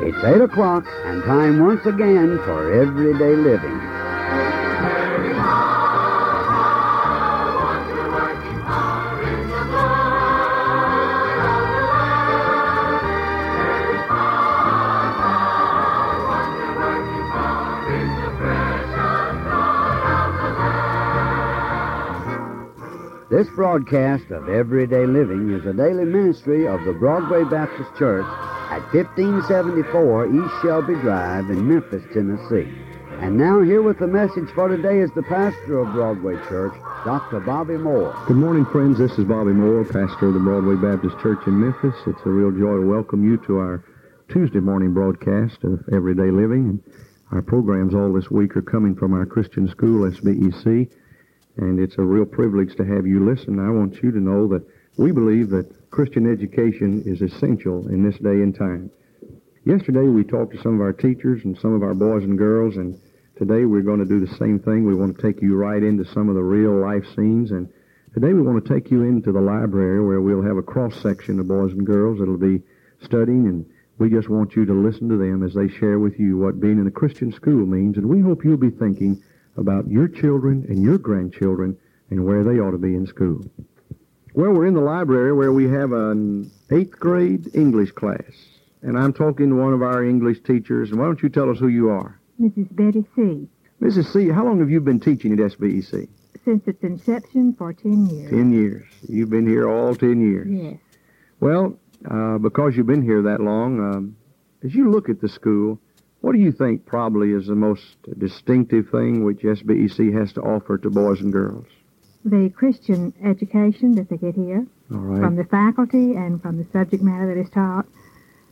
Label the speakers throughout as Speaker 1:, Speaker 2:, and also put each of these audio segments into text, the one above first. Speaker 1: It's 8 o'clock and time once again for everyday living. This broadcast of Everyday Living is a daily ministry of the Broadway Baptist Church at 1574 East Shelby Drive in Memphis, Tennessee. And now, here with the message for today is the pastor of Broadway Church, Dr. Bobby Moore.
Speaker 2: Good morning, friends. This is Bobby Moore, pastor of the Broadway Baptist Church in Memphis. It's a real joy to welcome you to our Tuesday morning broadcast of Everyday Living. And our programs all this week are coming from our Christian school, SBEC, and it's a real privilege to have you listen. I want you to know that we believe that Christian education is essential in this day and time. Yesterday we talked to some of our teachers and some of our boys and girls, and today we're going to do the same thing. We want to take you right into some of the real life scenes, and today we want to take you into the library where we'll have a cross section of boys and girls that'll be studying, and we just want you to listen to them as they share with you what being in a Christian school means, and we hope you'll be thinking about your children and your grandchildren and where they ought to be in school. Well, we're in the library where we have an eighth grade English class, and I'm talking to one of our English teachers. And why don't you tell us who you are?
Speaker 3: Mrs. Betty C.
Speaker 2: Mrs. C, how long have you been teaching at SBEC?
Speaker 3: Since its inception for 10 years.
Speaker 2: Ten years. You've been here all ten years.
Speaker 3: Yes.
Speaker 2: Well, uh, because you've been here that long, um, as you look at the school, what do you think probably is the most distinctive thing which SBEC has to offer to boys and girls?
Speaker 3: The Christian education that they get here
Speaker 2: All right.
Speaker 3: from the faculty and from the subject matter that is taught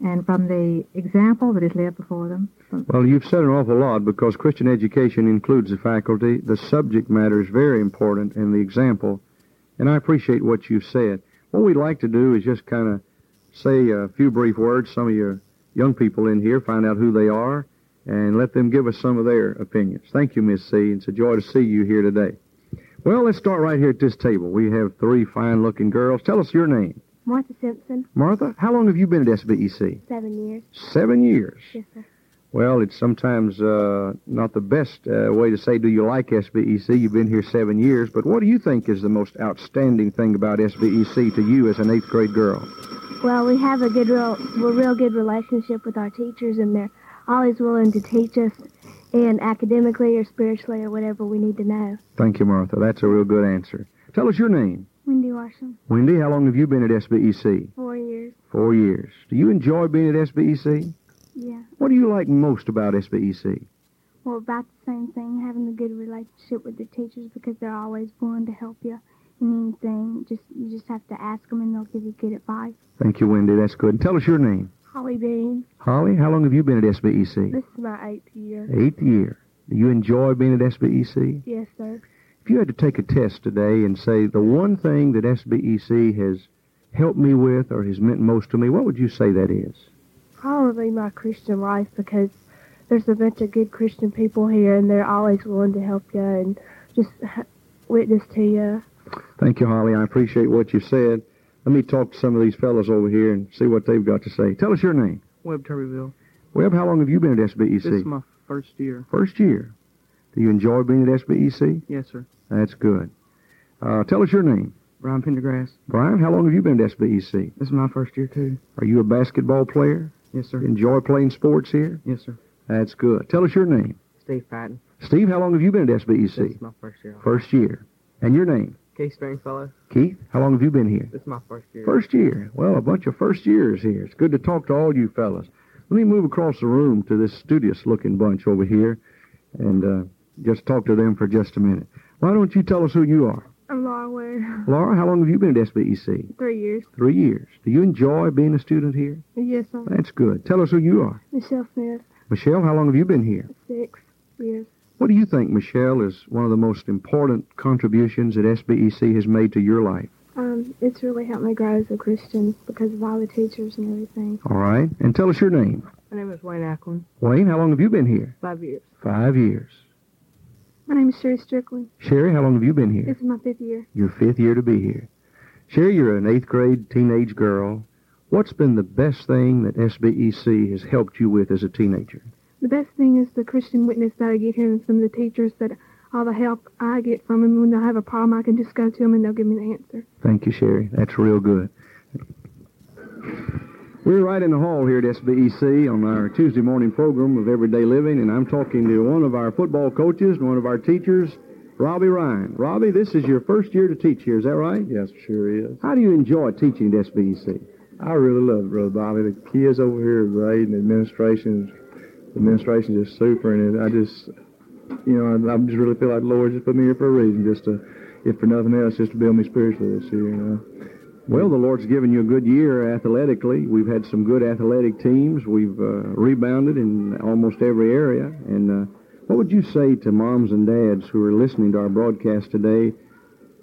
Speaker 3: and from the example that is lived before them. From-
Speaker 2: Well, you've said an awful lot because Christian education includes the faculty. The subject matter is very important and the example. And I appreciate what you've said. What we'd like to do is just kind of say a few brief words. Some of your young people in here find out who they are and let them give us some of their opinions. Thank you, Miss C. It's a joy to see you here today. Well, let's start right here at this table. We have three fine-looking girls. Tell us your name.
Speaker 4: Martha Simpson,
Speaker 2: Martha, how long have you been at SBEC?
Speaker 4: seven years.
Speaker 2: Seven years.
Speaker 4: Yes, sir.
Speaker 2: Well, it's sometimes uh, not the best uh, way to say, do you like SBEC? You've been here seven years, but what do you think is the most outstanding thing about SBEC to you as an eighth grade girl?
Speaker 4: Well, we have a good, real, a real good relationship with our teachers, and they're always willing to teach us, and academically or spiritually or whatever we need to know.
Speaker 2: Thank you, Martha. That's a real good answer. Tell us your name.
Speaker 4: Wendy Washam,
Speaker 2: Wendy, how long have you been at SBEC?
Speaker 4: four years.
Speaker 2: Four years. Do you enjoy being at E SBEC?
Speaker 4: Yeah.
Speaker 2: What do you like most about E SBEC?
Speaker 4: Well, about the same thing, having a good relationship with the teachers because they're always willing to help you in anything. Just you just have to ask them, and they'll give you good advice.
Speaker 2: Thank you, Wendy. That's good. And tell us your name.
Speaker 4: Holly Bean,
Speaker 2: Holly, how long have you been at E SBEC?
Speaker 4: this is my eighth year.
Speaker 2: Eighth year. Do you enjoy being at E SBEC?
Speaker 4: Yes, sir.
Speaker 2: If you had to take a test today and say the one thing that SBEC has helped me with or has meant most to me, what would you say that is?
Speaker 4: Probably my Christian life because there's a bunch of good Christian people here and they're always willing to help you and just h- witness to you.
Speaker 2: Thank you, Holly. I appreciate what you said. Let me talk to some of these fellows over here and see what they've got to say. Tell us your name.
Speaker 5: Webb Turveyville.
Speaker 2: Webb, how long have you been at SBEC?
Speaker 5: This is my first year.
Speaker 2: First year. Do you enjoy being at SBEC?
Speaker 5: Yes, sir.
Speaker 2: That's good. Uh, tell us your name.
Speaker 5: Brian Pendergrass.
Speaker 2: Brian, how long have you been at SBEC?
Speaker 5: This is my first year, too.
Speaker 2: Are you a basketball player?
Speaker 5: Yes, sir.
Speaker 2: Enjoy playing sports here?
Speaker 5: Yes, sir.
Speaker 2: That's good. Tell us your name.
Speaker 5: Steve Patton.
Speaker 2: Steve, how long have you been at E SBEC?
Speaker 5: This is my first year.
Speaker 2: First year. And your name?
Speaker 5: Keith Stringfellow.
Speaker 2: Keith. How long have you been here?
Speaker 5: This is my first year.
Speaker 2: First year. Well, a bunch of first years here. It's good to talk to all you fellas. Let me move across the room to this studious looking bunch over here and uh, just talk to them for just a minute. Why don't you tell us who you are?
Speaker 4: I'm Laura Ware.
Speaker 2: Laura, how long have you been at SBEC?
Speaker 4: Three years.
Speaker 2: Three years. Do you enjoy being a student here?
Speaker 4: Yes, sir.
Speaker 2: That's good. Tell us who you are.
Speaker 4: Michelle Smith,
Speaker 2: Michelle, how long have you been here?
Speaker 4: six years.
Speaker 2: What do you think, Michelle, is one of the most important contributions that SBEC has made to your life?
Speaker 4: Um, it's really helped me grow as a Christian because of all the teachers and everything.
Speaker 2: All right. And tell us your name.
Speaker 6: My name is Wayne Ackland,
Speaker 2: Wayne, how long have you been here?
Speaker 6: five years.
Speaker 2: Five years.
Speaker 4: My name is Sherry Strickland.
Speaker 2: Sherry, how long have you been here?
Speaker 4: This is my fifth year.
Speaker 2: Your fifth year to be here. Sherry, you're an eighth grade teenage girl. What's been the best thing that SBEC has helped you with as a teenager?
Speaker 6: The best thing is the Christian witness that I get here and some of the teachers that all the help I get from them. When I have a problem, I can just go to them and they'll give me the answer.
Speaker 2: Thank you, Sherry. That's real good. We're right in the hall here at SBEC on our Tuesday morning program of Everyday Living, and I'm talking to one of our football coaches and one of our teachers, Robbie Ryan. Robbie, this is your first year to teach here, is that right?
Speaker 7: Yes, sure is.
Speaker 2: How do you enjoy teaching at E SBEC?
Speaker 7: I really love it, Brother Bobby. The kids over here are great, and the administration, the administration is just super. And it, I just, you know, I, I just really feel like the Lord just put me here for a reason, just to, if for nothing else, just to build me spiritually this year. You know,
Speaker 2: Well, the Lord's given you a good year athletically. We've had some good athletic teams. We've uh, rebounded in almost every area. And uh, what would you say to moms and dads who are listening to our broadcast today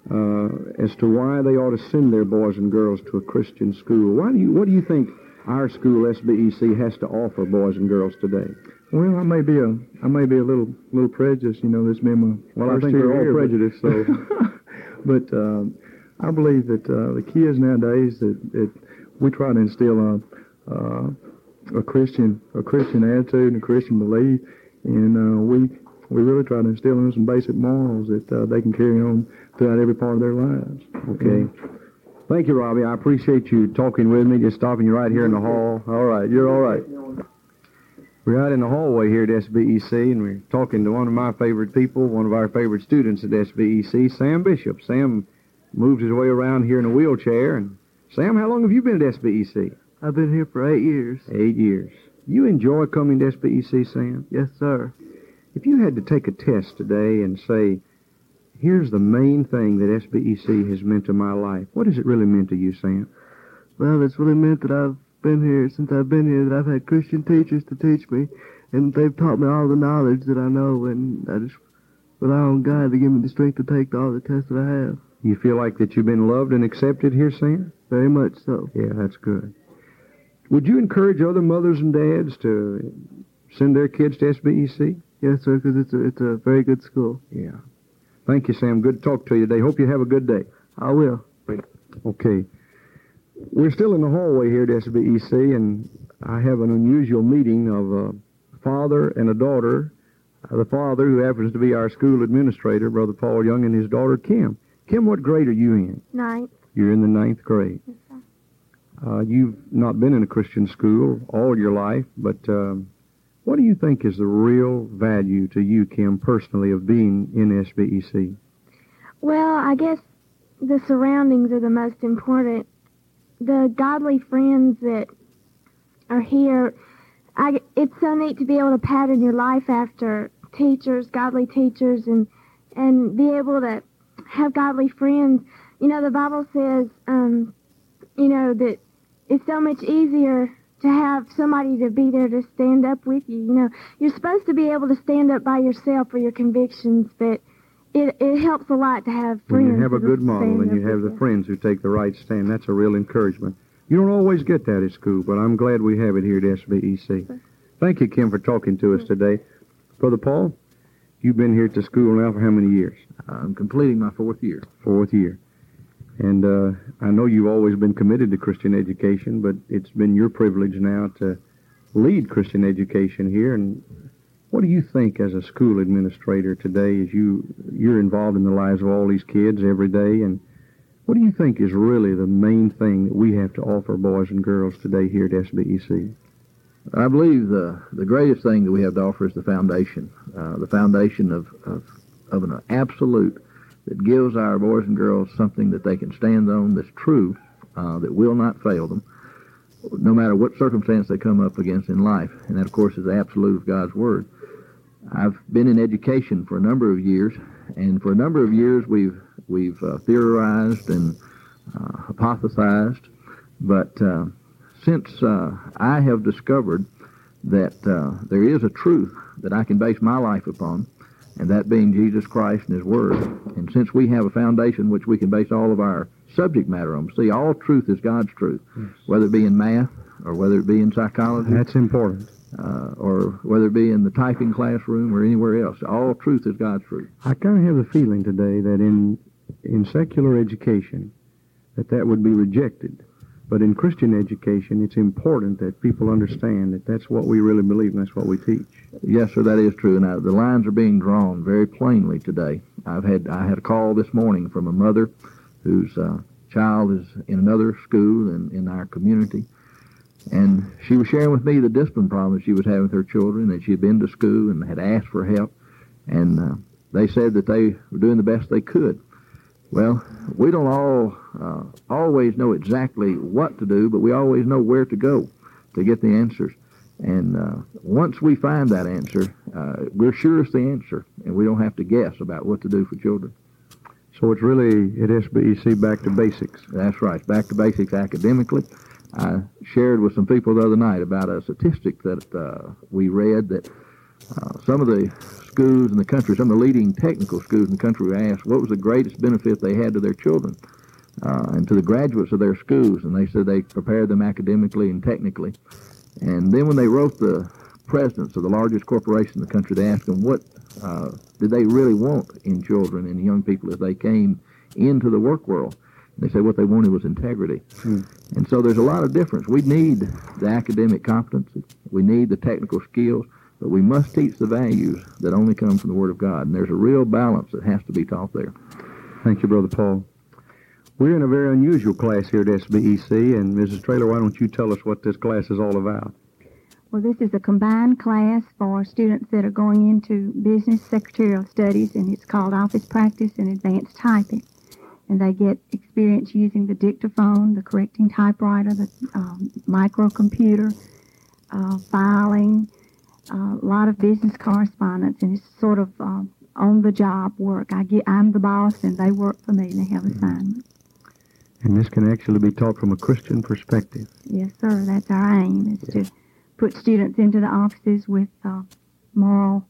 Speaker 2: uh, as to why they ought to send their boys and girls to a Christian school? Why do you? What do you think our school SBEC has to offer boys and girls today?
Speaker 7: well, I may be a, I may be a little, little prejudiced. You know, this being my
Speaker 2: Well, I
Speaker 7: first
Speaker 2: think
Speaker 7: year
Speaker 2: we're all
Speaker 7: here, but-
Speaker 2: prejudiced, so-
Speaker 7: but um, I believe that uh, the kids nowadays that, that we try to instill a, uh, a Christian a Christian attitude and a Christian belief, and uh, we we really try to instill in them some basic morals that uh, they can carry on throughout every part of their lives.
Speaker 2: Okay. Thank you, Robbie. I appreciate you talking with me, just stopping you right here in the hall. All right, you're all right. We're out in the hallway here at SBEC, and we're talking to one of my favorite people, one of our favorite students at SBEC, Sam Bishop. Sam moves his way around here in a wheelchair. And Sam, how long have you been at E SBEC?
Speaker 8: I've been here for eight years.
Speaker 2: Eight years. You enjoy coming to SBEC, Sam?
Speaker 8: Yes, sir.
Speaker 2: If you had to take a test today and say, here's the main thing that SBEC has meant to my life, what has it really meant to you, Sam?
Speaker 8: Well, it's really meant that I've been here since I've been here, that I've had Christian teachers to teach me, and they've taught me all the knowledge that I know, and I just rely on God to give me the strength to take all the tests that I have.
Speaker 2: You feel like that you've been loved and accepted here, Sam?
Speaker 8: Very much so.
Speaker 2: Yeah, that's good. Would you encourage other mothers and dads to send their kids to E SBEC?
Speaker 8: Yes, sir, because it's a, it's a very good school.
Speaker 2: Yeah. Thank you, Sam. Good to talk to you today. Hope you have a good day.
Speaker 8: I will.
Speaker 2: Okay. We're still in the hallway here at SBEC, and I have an unusual meeting of a father and a daughter. Uh, the father, who happens to be our school administrator, Brother Paul Young, and his daughter, Kim. Kim, what grade are you in?
Speaker 4: Ninth.
Speaker 2: You're in the ninth grade. Uh, you've not been in a Christian school all your life, but um, what do you think is the real value to you, Kim, personally, of being in E SBEC?
Speaker 4: Well, I guess the surroundings are the most important. The godly friends that are here, I, it's so neat to be able to pattern your life after teachers, godly teachers, and and be able to have godly friends. You know, the Bible says, um, you know, that it's so much easier to have somebody to be there to stand up with you. You know, you're supposed to be able to stand up by yourself for your convictions, but it, it helps a lot to have friends.
Speaker 2: When you have a
Speaker 4: to
Speaker 2: good model
Speaker 4: stand
Speaker 2: and
Speaker 4: up
Speaker 2: you have
Speaker 4: with
Speaker 2: the
Speaker 4: you.
Speaker 2: friends who take the right stand, that's a real encouragement. You don't always get that at school, but I'm glad we have it here at SBEC. Thank you, Kim, for talking to us today. Brother Paul, you've been here at the school now for how many years?
Speaker 7: I'm completing my fourth year.
Speaker 2: fourth year. And uh, I know you've always been committed to Christian education, but it's been your privilege now to lead Christian education here. And what do you think as a school administrator today, as you you're involved in the lives of all these kids every day? And what do you think is really the main thing that we have to offer boys and girls today here at E SBEC?
Speaker 9: I believe the, the greatest thing that we have to offer is the foundation, uh, the foundation of, of, of an absolute that gives our boys and girls something that they can stand on that's true, uh, that will not fail them, no matter what circumstance they come up against in life. And that, of course, is the absolute of God's Word. I've been in education for a number of years, and for a number of years we've, we've uh, theorized and uh, hypothesized, but uh, since uh, I have discovered that uh, there is a truth that I can base my life upon, and that being Jesus Christ and His Word. And since we have a foundation which we can base all of our subject matter on, see, all truth is God's truth, whether it be in math or whether it be in psychology
Speaker 2: That's important.
Speaker 9: uh, or whether it be in the typing classroom or anywhere else. All truth is God's truth.
Speaker 2: I kind of have the feeling today that in in secular education that that would be rejected. But in Christian education, it's important that people understand that that's what we really believe and that's what we teach.
Speaker 9: Yes, sir, that is true. Now the lines are being drawn very plainly today. I've had I had a call this morning from a mother whose uh, child is in another school in, in our community, and she was sharing with me the discipline problems she was having with her children, and she had been to school and had asked for help, and uh, they said that they were doing the best they could. Well, we don't all uh, always know exactly what to do, but we always know where to go to get the answers. And uh, once we find that answer, uh, we're sure it's the answer, and we don't have to guess about what to do for children.
Speaker 2: So it's really at SBEC E back to basics.
Speaker 9: That's right, back to basics academically. I shared with some people the other night about a statistic that uh, we read that uh, some of the schools in the country, some of the leading technical schools in the country, were asked what was the greatest benefit they had to their children uh, and to the graduates of their schools, and they said they prepared them academically and technically. And then when they wrote the presidents of the largest corporation in the country, they asked them what uh, did they really want in children and young people as they came into the work world. And they said what they wanted was integrity.
Speaker 2: Hmm.
Speaker 9: And so there's a lot of difference. We need the academic competency. We need the technical skills. But we must teach the values that only come from the Word of God. And there's a real balance that has to be taught there.
Speaker 2: Thank you, Brother Paul. We're in a very unusual class here at SBEC, and Mrs. Traylor, why don't you tell us what this class is all about?
Speaker 10: Well, this is a combined class for students that are going into business secretarial studies, and it's called office practice and advanced typing. And they get experience using the dictaphone, the correcting typewriter, the um, microcomputer, uh, filing, uh, a lot of business correspondence, and it's sort of um, on-the-job work. I get, I'm the boss, and they work for me, and they have assignments.
Speaker 2: And this can actually be taught from a Christian perspective.
Speaker 10: Yes, sir. That's our aim is to put students into the offices with uh, moral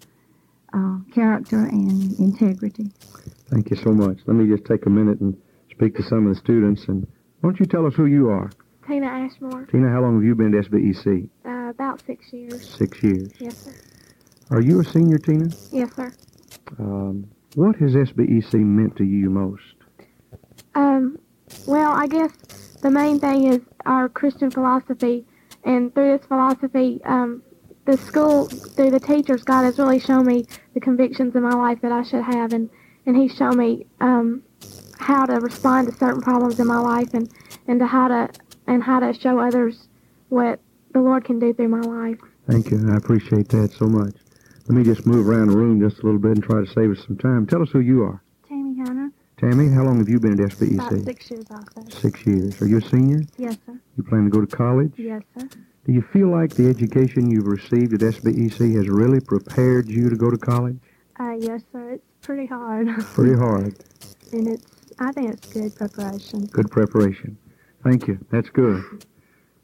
Speaker 10: uh, character and integrity.
Speaker 2: Thank you so much. Let me just take a minute and speak to some of the students. And why don't you tell us who you are?
Speaker 6: Tina Ashmore,
Speaker 2: Tina, how long have you been to SBEC?
Speaker 6: uh, about six years.
Speaker 2: Six years.
Speaker 6: Yes, sir.
Speaker 2: Are you a senior, Tina?
Speaker 6: Yes, sir.
Speaker 2: Um, what has SBEC meant to you most?
Speaker 6: Um, well, I guess the main thing is our Christian philosophy, and through this philosophy, um, the school, through the teachers, God has really shown me the convictions in my life that I should have, and, and He's shown me um, how to respond to certain problems in my life, and, and to how to and how to show others what the Lord can do through my life.
Speaker 2: Thank you. I appreciate that so much. Let me just move around the room just a little bit and try to save us some time. Tell us who you are.
Speaker 11: Tammy Hunter,
Speaker 2: Tammy, how long have you been at
Speaker 11: about
Speaker 2: SBEC?
Speaker 11: six years also.
Speaker 2: Six years. Are you a senior?
Speaker 11: Yes, sir.
Speaker 2: You plan to go to college?
Speaker 11: Yes, sir.
Speaker 2: Do you feel like the education you've received at SBEC has really prepared you to go to college?
Speaker 11: Uh, yes, sir. It's pretty hard,
Speaker 2: Pretty hard.
Speaker 11: and it's I think it's good preparation.
Speaker 2: Good preparation. Thank you. That's good.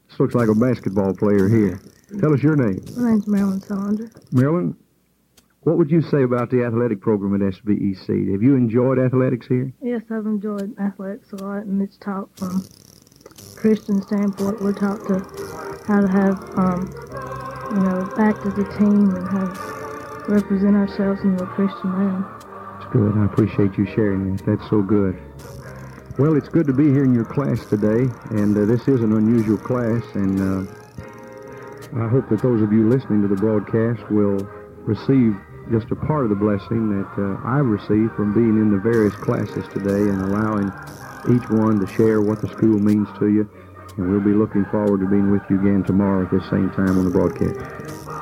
Speaker 2: This looks like a basketball player here. Tell us your name.
Speaker 11: My name's Marilyn Solinger.
Speaker 2: Marilyn, what would you say about the athletic program at SBEC? Have you enjoyed athletics here?
Speaker 11: Yes, I've enjoyed athletics a lot, and it's taught from Christian standpoint. We're taught to how to have, um, you know, act as a team and how to represent ourselves in the Christian manner.
Speaker 2: That's good. I appreciate you sharing that. That's so good. Well, it's good to be here in your class today, and uh, this is an unusual class, and uh, I hope that those of you listening to the broadcast will receive just a part of the blessing that uh, I received from being in the various classes today and allowing each one to share what the school means to you. And we'll be looking forward to being with you again tomorrow at this same time on the broadcast.